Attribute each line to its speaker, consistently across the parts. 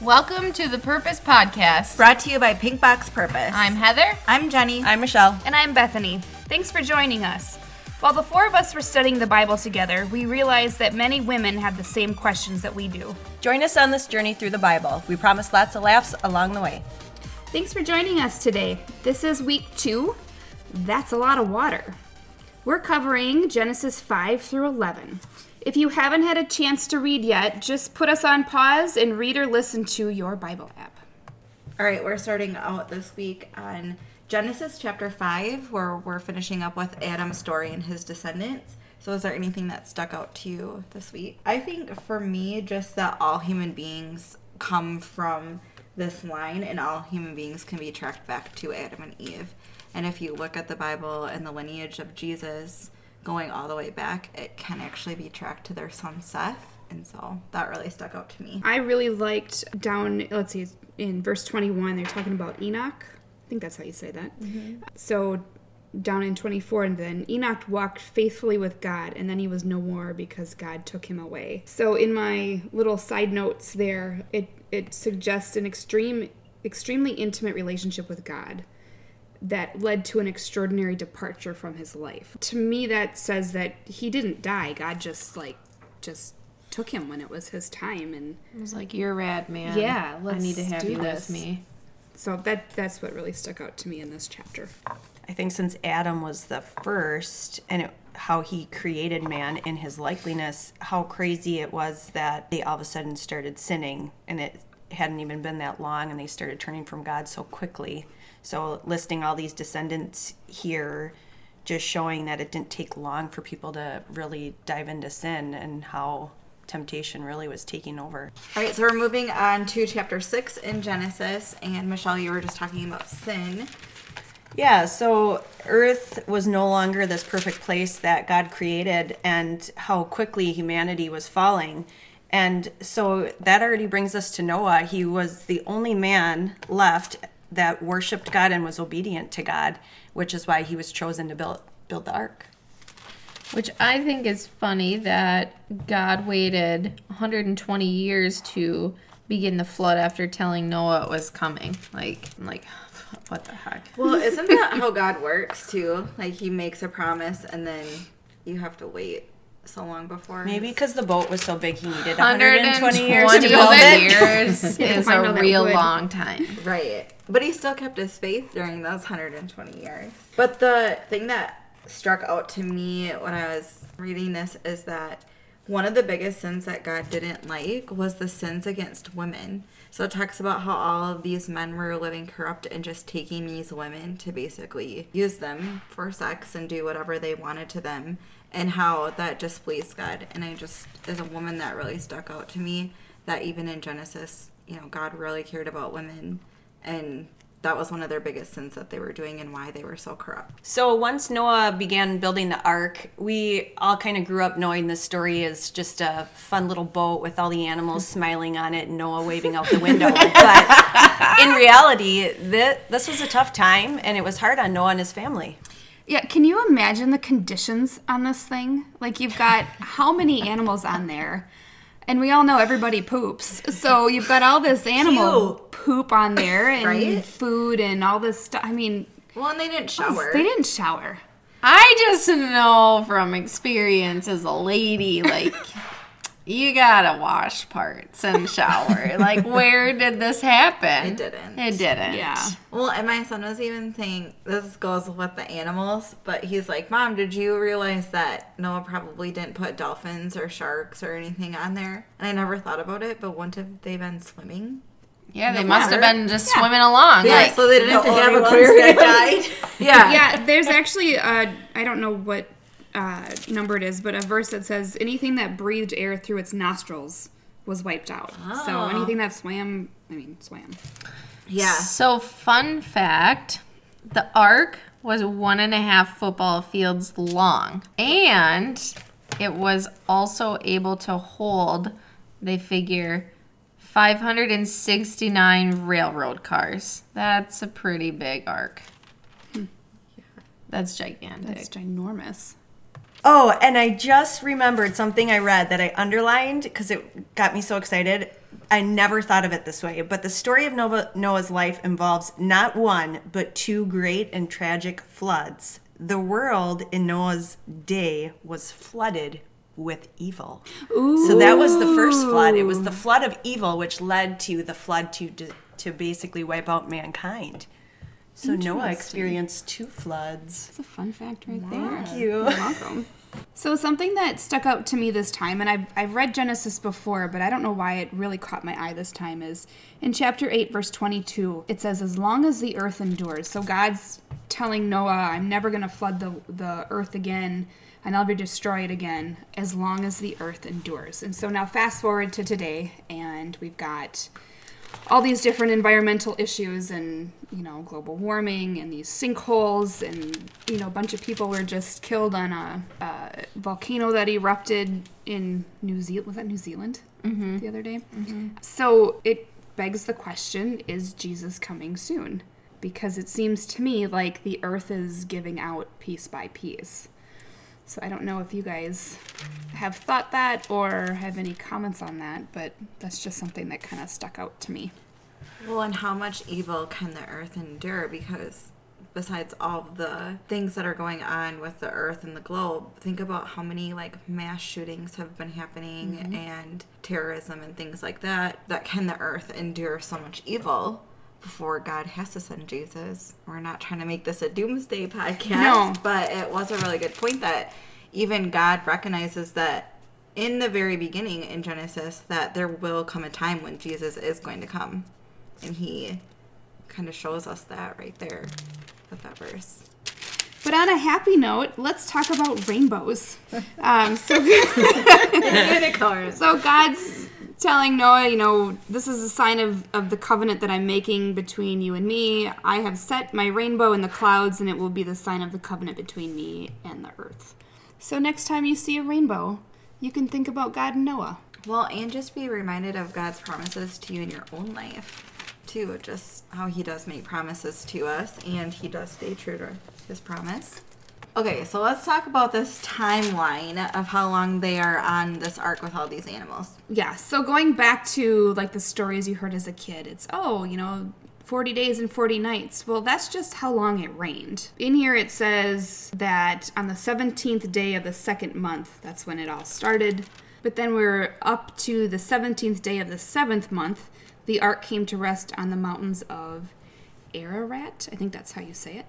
Speaker 1: Welcome to the Purpose Podcast.
Speaker 2: Brought to you by Pink Box Purpose.
Speaker 1: I'm Heather.
Speaker 2: I'm Jenny.
Speaker 3: I'm Michelle.
Speaker 4: And I'm Bethany. Thanks for joining us. While the four of us were studying the Bible together, we realized that many women have the same questions that we do.
Speaker 3: Join us on this journey through the Bible. We promise lots of laughs along the way.
Speaker 4: Thanks for joining us today. This is week two. That's a lot of water. We're covering Genesis 5 through 11. If you haven't had a chance to read yet, just put us on pause and read or listen to your Bible app.
Speaker 2: All right, we're starting out this week on Genesis chapter 5, where we're finishing up with Adam's story and his descendants. So, is there anything that stuck out to you this week? I think for me, just that all human beings come from this line, and all human beings can be tracked back to Adam and Eve. And if you look at the Bible and the lineage of Jesus going all the way back, it can actually be tracked to their son Seth. And so that really stuck out to me.
Speaker 4: I really liked down, let's see, in verse 21, they're talking about Enoch. I think that's how you say that. So down in 24, and then Enoch walked faithfully with God, and then he was no more because God took him away. So in my little side notes there, it, it suggests an extreme, extremely intimate relationship with God that led to an extraordinary departure from his life. To me, that says that he didn't die. God just, like, just took him when it was his time and
Speaker 1: It was like, you're rad, man.
Speaker 4: Yeah,
Speaker 1: I need to
Speaker 4: let's
Speaker 1: have
Speaker 4: do
Speaker 1: you
Speaker 4: this.
Speaker 1: with me.
Speaker 4: So that that's what really stuck out to me in this chapter.
Speaker 3: I think since Adam was the first and it, how he created man in his likeness, how crazy it was that they all of a sudden started sinning and it hadn't even been that long and they started turning from God so quickly. So, listing all these descendants here just showing that it didn't take long for people to really dive into sin and how temptation really was taking over.
Speaker 2: All right, so we're moving on to chapter 6 in Genesis. And Michelle, you were just talking about sin.
Speaker 3: Yeah, so Earth was no longer this perfect place that God created, and how quickly humanity was falling. And so that already brings us to Noah. He was the only man left that worshiped God and was obedient to God, which is why he was chosen to build build the ark.
Speaker 1: Which I think is funny that God waited 120 years to begin the flood after telling Noah it was coming. Like, I'm like, what the heck?
Speaker 2: Well, isn't that how God works too? Like he makes a promise and then you have to wait so long before.
Speaker 3: Maybe because the boat was so big, he needed 120,
Speaker 1: 120
Speaker 3: years to build it.
Speaker 1: years is
Speaker 4: find
Speaker 1: a
Speaker 4: all that
Speaker 1: real
Speaker 4: wood.
Speaker 1: long time.
Speaker 2: Right. But he still kept his faith during those 120 years. But the thing that struck out to me when I was reading this is that one of the biggest sins that God didn't like was the sins against women. So it talks about how all of these men were living corrupt and just taking these women to basically use them for sex and do whatever they wanted to them and how that displeased God. And I just, as a woman, that really stuck out to me that even in Genesis, you know, God really cared about women, and that was one of their biggest sins that they were doing and why they were so corrupt.
Speaker 3: So once Noah began building the ark, we all kind of grew up knowing this story is just a fun little boat with all the animals smiling on it and Noah waving out the window. but in reality, thi- this was a tough time and it was hard on Noah and his family.
Speaker 4: Yeah, can you imagine the conditions on this thing? Like you've got how many animals on there? And we all know everybody poops. So you've got all this animal poop on there and
Speaker 2: Right?
Speaker 4: food and all this stuff. I mean,
Speaker 2: Well, and they didn't shower.
Speaker 4: they didn't shower.
Speaker 1: I just know from experience as a lady, like, you gotta wash parts and shower. Like, where did this happen?
Speaker 2: It didn't.
Speaker 1: It didn't.
Speaker 4: Yeah.
Speaker 2: Well, and my son was even saying this goes with the animals, but he's like, "Mom, did you realize that Noah probably didn't put dolphins or sharks or anything on there?" And I never thought about it, but wouldn't have they been swimming?
Speaker 1: Yeah, they must have been just swimming along.
Speaker 2: Yeah,
Speaker 1: like,
Speaker 2: so they didn't have to have
Speaker 3: only ones
Speaker 2: aquariums. That died. yeah.
Speaker 4: yeah, there's actually uh, I don't know what uh, number it is, but a verse that says anything that breathed air through its nostrils was wiped out. So anything that swam, I mean, swam.
Speaker 2: yeah.
Speaker 1: So, fun fact the arc was one and a half football fields long, and it was also able to hold, they figure, 569 railroad cars. That's a pretty big arc. Hmm. That's gigantic.
Speaker 4: It's ginormous.
Speaker 3: Oh, and I just remembered something I read that I underlined because it got me so excited. I never thought of it this way, but the story of Noah, Noah's life involves not one, but two great and tragic floods. The world in Noah's day was flooded with evil. So that was the first flood. It was the flood of evil, which led to the flood to, to, to basically wipe out mankind. So Noah
Speaker 1: Interesting.
Speaker 3: experienced two floods.
Speaker 4: It's a fun fact right there.
Speaker 3: Thank you.
Speaker 4: You're welcome. So something that stuck out to me this time, and I've, I've read Genesis before, but I don't know why it really caught my eye this time, is in chapter 8, verse 22, it says, As long as the earth endures. So God's telling Noah, I'm never going to flood the, the earth again. I never destroy it again, as long as the earth endures. And so now fast forward to today, and we've got all these different environmental issues and you know global warming and these sinkholes and you know a bunch of people were just killed on a, a volcano that erupted in New Zealand was that New Zealand the other day so it begs the question is Jesus coming soon because it seems to me like the earth is giving out piece by piece so I don't know if you guys have thought that or have any comments on that, but that's just something that kind of stuck out to me.
Speaker 2: Well, and how much evil can the earth endure? Because besides all the things that are going on with the earth and the globe, think about how many like mass shootings have been happening and terrorism and things like that. That can the earth endure so much evil? Before God has to send Jesus. We're not trying to make this a doomsday podcast,
Speaker 4: No.
Speaker 2: but it was a really good point that even God recognizes that in the very beginning in Genesis that there will come a time when Jesus is going to come. And he kind of shows us that right there with that verse.
Speaker 4: But on a happy note, let's talk about rainbows. Um, so,
Speaker 2: Unicorns.
Speaker 4: so God's telling Noah, you know, this is a sign of, of the covenant that I'm making between you and me. I have set my rainbow in the clouds, and it will be the sign of the covenant between me and the earth. So next time you see a rainbow, you can think about God and Noah.
Speaker 2: Well, and just be reminded of God's promises to you in your own life, too. Just how He does make promises to us and He does stay true to His promise. Okay, so let's talk about this timeline of how long they are on this ark with all these animals.
Speaker 4: Yeah, so going back to like the stories you heard as a kid, it's oh, you know, 40 days and 40 nights. Well, that's just how long it rained. In here it says that on the 17th day of the second month, that's when it all started. But then we're up to the 17th day of the seventh month, the ark came to rest on the mountains of Ararat. I think that's how you say it.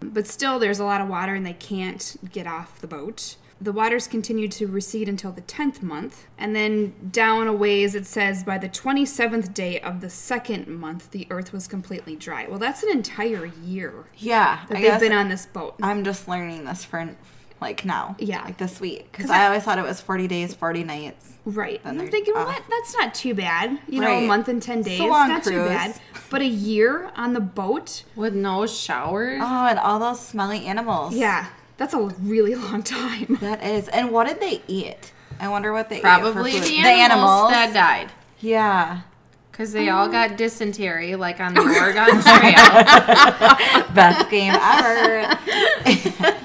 Speaker 4: But still, there's a lot of water and they can't get off the boat. The waters continue to recede until the 10th month. And then down a ways, it says by the 27th day of the second month, the earth was completely dry. Well, that's an entire year
Speaker 2: Yeah,
Speaker 4: that they've been on this boat.
Speaker 2: I'm just learning this for like now.
Speaker 4: Yeah.
Speaker 2: Like this week. Because I, always thought it was 40 days, 40 nights.
Speaker 4: Right. And I'm
Speaker 2: they're
Speaker 4: thinking,
Speaker 2: off.
Speaker 4: what? That's not too bad. You know,
Speaker 2: Right.
Speaker 4: a month and 10 days.
Speaker 2: long
Speaker 4: not too
Speaker 2: cruise.
Speaker 4: bad. But a year on the boat?
Speaker 1: With no showers?
Speaker 2: Oh, and all those smelly animals.
Speaker 4: Yeah. That's a really long time.
Speaker 2: That is. And what did they eat? I wonder what they
Speaker 1: Probably
Speaker 2: ate. for food.
Speaker 1: the animals, Oh. that died.
Speaker 2: yeah.
Speaker 1: Because they all got dysentery, like on the Oregon Trail.
Speaker 2: Best game ever.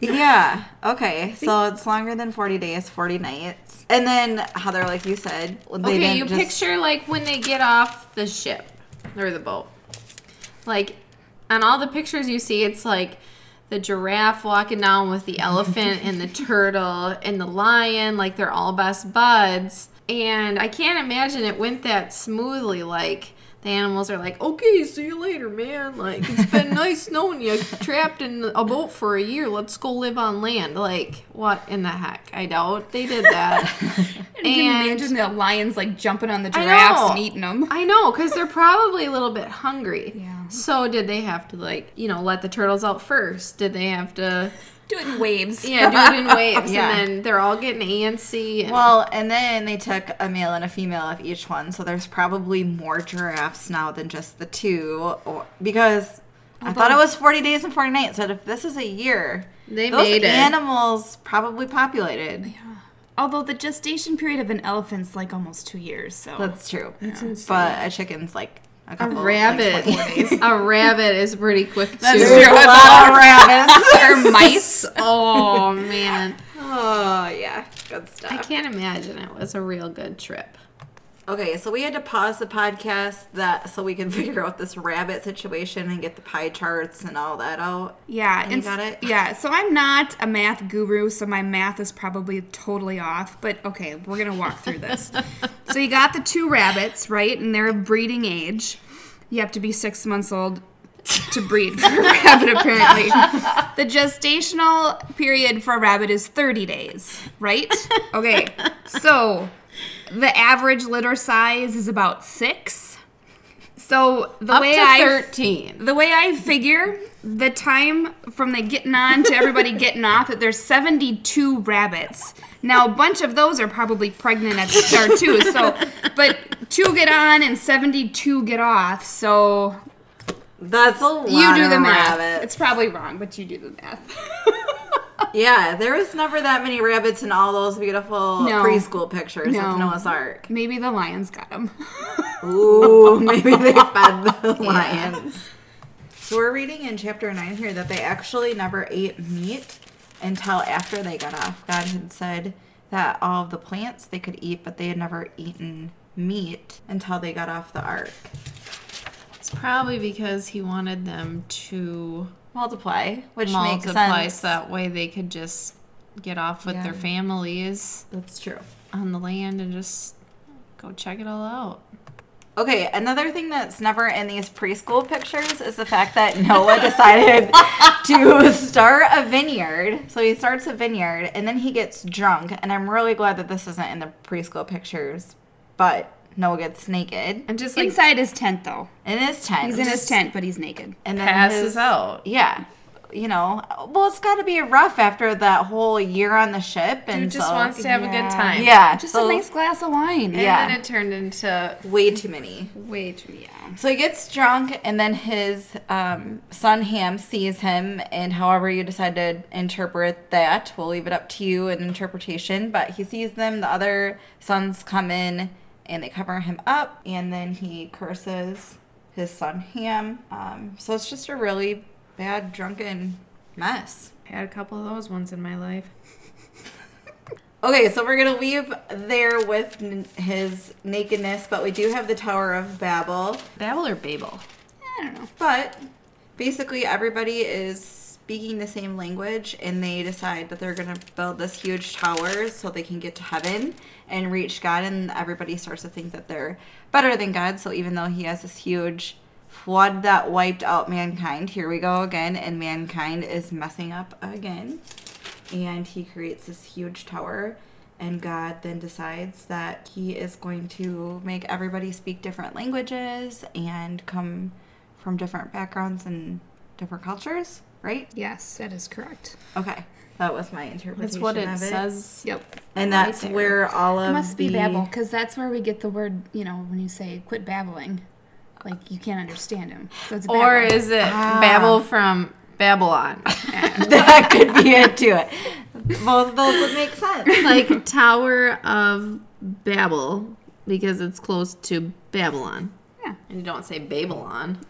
Speaker 2: Yeah. Okay. So it's longer than 40 days, 40 nights. And then Heather, like you said, they
Speaker 1: okay,
Speaker 2: didn't
Speaker 1: you
Speaker 2: just-
Speaker 1: picture like when they get off the ship or the boat. Like on all the pictures you see, it's like the giraffe walking down with the elephant and the turtle and the lion, like they're all best buds. And I can't imagine it went that smoothly. Like the animals are like, okay, see you later, man. Like it's been nice knowing you trapped in a boat for a year. Let's go live on land. Like what in the heck? I doubt they did that.
Speaker 4: You can
Speaker 1: And-
Speaker 4: imagine the lions like jumping on the
Speaker 1: I
Speaker 4: giraffes
Speaker 1: know.
Speaker 4: and eating them.
Speaker 1: I know, because they're probably a little bit hungry.
Speaker 4: Yeah.
Speaker 1: So did they have to like, you know, let the turtles out first? Did they have to
Speaker 4: Do it in waves.
Speaker 1: Yeah, do it in waves
Speaker 2: Yeah.
Speaker 1: and then they're all getting antsy and
Speaker 2: Well, and then they took a male and a female of each one, so there's probably more giraffes now than just the two, or, because I thought it was 40 days and 40 nights. But if this is a year,
Speaker 1: They
Speaker 2: those
Speaker 1: made it.
Speaker 2: animals probably populated.
Speaker 4: Although the gestation period of an elephant's like almost two years, so
Speaker 2: That's true. But a chicken's like a
Speaker 1: a
Speaker 2: couple. like,
Speaker 1: rabbit.
Speaker 2: 20
Speaker 1: a rabbit is pretty quick too.
Speaker 4: That's
Speaker 2: There's a
Speaker 4: True, it's
Speaker 2: lot of rabbits.
Speaker 4: or mice.
Speaker 1: Oh man.
Speaker 2: oh yeah, good
Speaker 1: I
Speaker 2: stuff.
Speaker 1: can't imagine it was a real good trip.
Speaker 2: Okay, so we had to pause the podcast that so we could figure out this rabbit situation and get the pie charts and all that out.
Speaker 4: Yeah,
Speaker 2: you got it?
Speaker 4: Yeah, so I'm not a math guru, so my math is probably totally off. But okay, we're gonna walk through this. so you got the two rabbits, right? And they're of breeding age. You have to be six months old to breed for a rabbit, apparently. the gestational period for a rabbit is 30 days, right? Okay, so the average litter size is about six. So the
Speaker 1: Up
Speaker 4: way
Speaker 1: to
Speaker 4: I
Speaker 1: 13.
Speaker 4: the way I figure the time from the getting on to everybody getting off that there's 72 rabbits. Now a bunch of those are probably pregnant at the start too. So, but two get on and 72 get off. So
Speaker 2: That's a lot.
Speaker 4: you do
Speaker 2: of
Speaker 4: the math.
Speaker 2: rabbits.
Speaker 4: It's probably wrong, but you do the math.
Speaker 2: Yeah, there was never that many rabbits in all those beautiful
Speaker 4: No.
Speaker 2: preschool pictures
Speaker 4: No.
Speaker 2: of Noah's Ark.
Speaker 4: Maybe the lions got them.
Speaker 2: Ooh, maybe they fed the lions. So we're reading in chapter nine here that they actually never ate meat until after they got off. God had said that all of the plants they could eat, but they had never eaten meat until they got off the ark.
Speaker 1: It's probably because he wanted them to
Speaker 2: Multiply, which
Speaker 1: multiply
Speaker 2: makes
Speaker 1: so
Speaker 2: sense.
Speaker 1: that way they could just get off with their
Speaker 2: Yeah.
Speaker 1: families
Speaker 2: That's true.
Speaker 1: on the land and just go check it all out.
Speaker 2: Okay, another thing that's never in these preschool pictures is the fact that Noah decided to start a vineyard. So he starts a vineyard and then he gets drunk. And I'm really glad that this isn't in the preschool pictures, but Noah gets naked
Speaker 1: And just like
Speaker 4: Inside his tent though.
Speaker 2: in his tent.
Speaker 4: He's in his tent, but he's naked.
Speaker 2: and then
Speaker 1: passes
Speaker 2: his-
Speaker 1: out.
Speaker 2: Yeah. You know, well, it's got to be rough after that whole year on the ship. And
Speaker 1: Who just
Speaker 2: so-
Speaker 1: wants to have a
Speaker 4: Yeah.
Speaker 1: good time?
Speaker 2: Yeah.
Speaker 4: Just
Speaker 2: so
Speaker 4: a nice glass of wine.
Speaker 1: And
Speaker 2: Yeah.
Speaker 1: then it turned into
Speaker 2: Way too many.
Speaker 4: Way too, yeah.
Speaker 2: So he gets drunk, and then his um, son Ham sees him, and however you decide to interpret that, we'll leave it up to you in interpretation. But he sees them, the other sons come in, and they cover him up, and then he curses his son Ham. Um, so it's just a really bad drunken mess.
Speaker 1: I had a couple of those ones in my life.
Speaker 2: Okay, so we're gonna leave there with n- his nakedness, but we do have the Tower of Babel.
Speaker 1: Babel or Babel?
Speaker 4: I don't know.
Speaker 2: But basically, everybody is speaking the same language, and they decide that they're going to build this huge tower so they can get to heaven and reach God. And everybody starts to think that they're better than God. So even though He has this huge flood that wiped out mankind, here we go again, and mankind is messing up again. And He creates this huge tower. And God then decides that He is going to make everybody speak different languages and come from different backgrounds and different cultures, right?
Speaker 4: Yes, that is correct.
Speaker 2: Okay, that was my interpretation.
Speaker 1: That's what it
Speaker 2: of
Speaker 1: says.
Speaker 4: Yep.
Speaker 2: and
Speaker 4: Right
Speaker 2: that's
Speaker 4: there.
Speaker 2: where all of
Speaker 4: It must be
Speaker 2: the-
Speaker 4: babble, because that's where we get the word, you know, when you say quit babbling, like you can't understand him. So it's
Speaker 1: Or
Speaker 4: babble.
Speaker 1: is it Babel from Babylon?
Speaker 2: that could be it to it. Both of those would make sense.
Speaker 1: like Tower of Babel because it's close to Babylon.
Speaker 4: Yeah.
Speaker 1: And you don't say Babylon.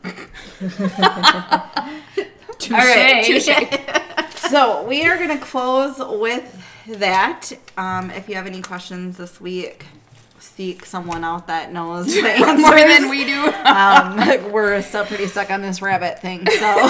Speaker 2: All right, so we are gonna close with that. Um, if you have any questions this week, seek someone out that knows the answers.
Speaker 4: more than we do.
Speaker 2: um, we're still pretty stuck on this rabbit thing. So, all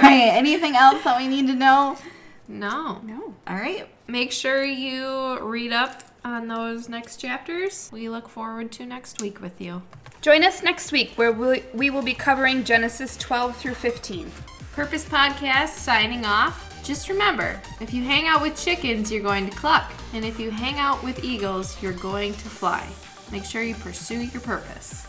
Speaker 2: right. Anything else that we need to know?
Speaker 1: No.
Speaker 4: No.
Speaker 2: All right.
Speaker 1: Make sure you read up on those next chapters. We look forward to next week with you.
Speaker 4: Join us next week where we, we will be covering Genesis 12 through 15.
Speaker 1: Purpose Podcast signing off. Just remember if you hang out with chickens, you're going to cluck. And if you hang out with eagles, you're going to fly. Make sure you pursue your purpose.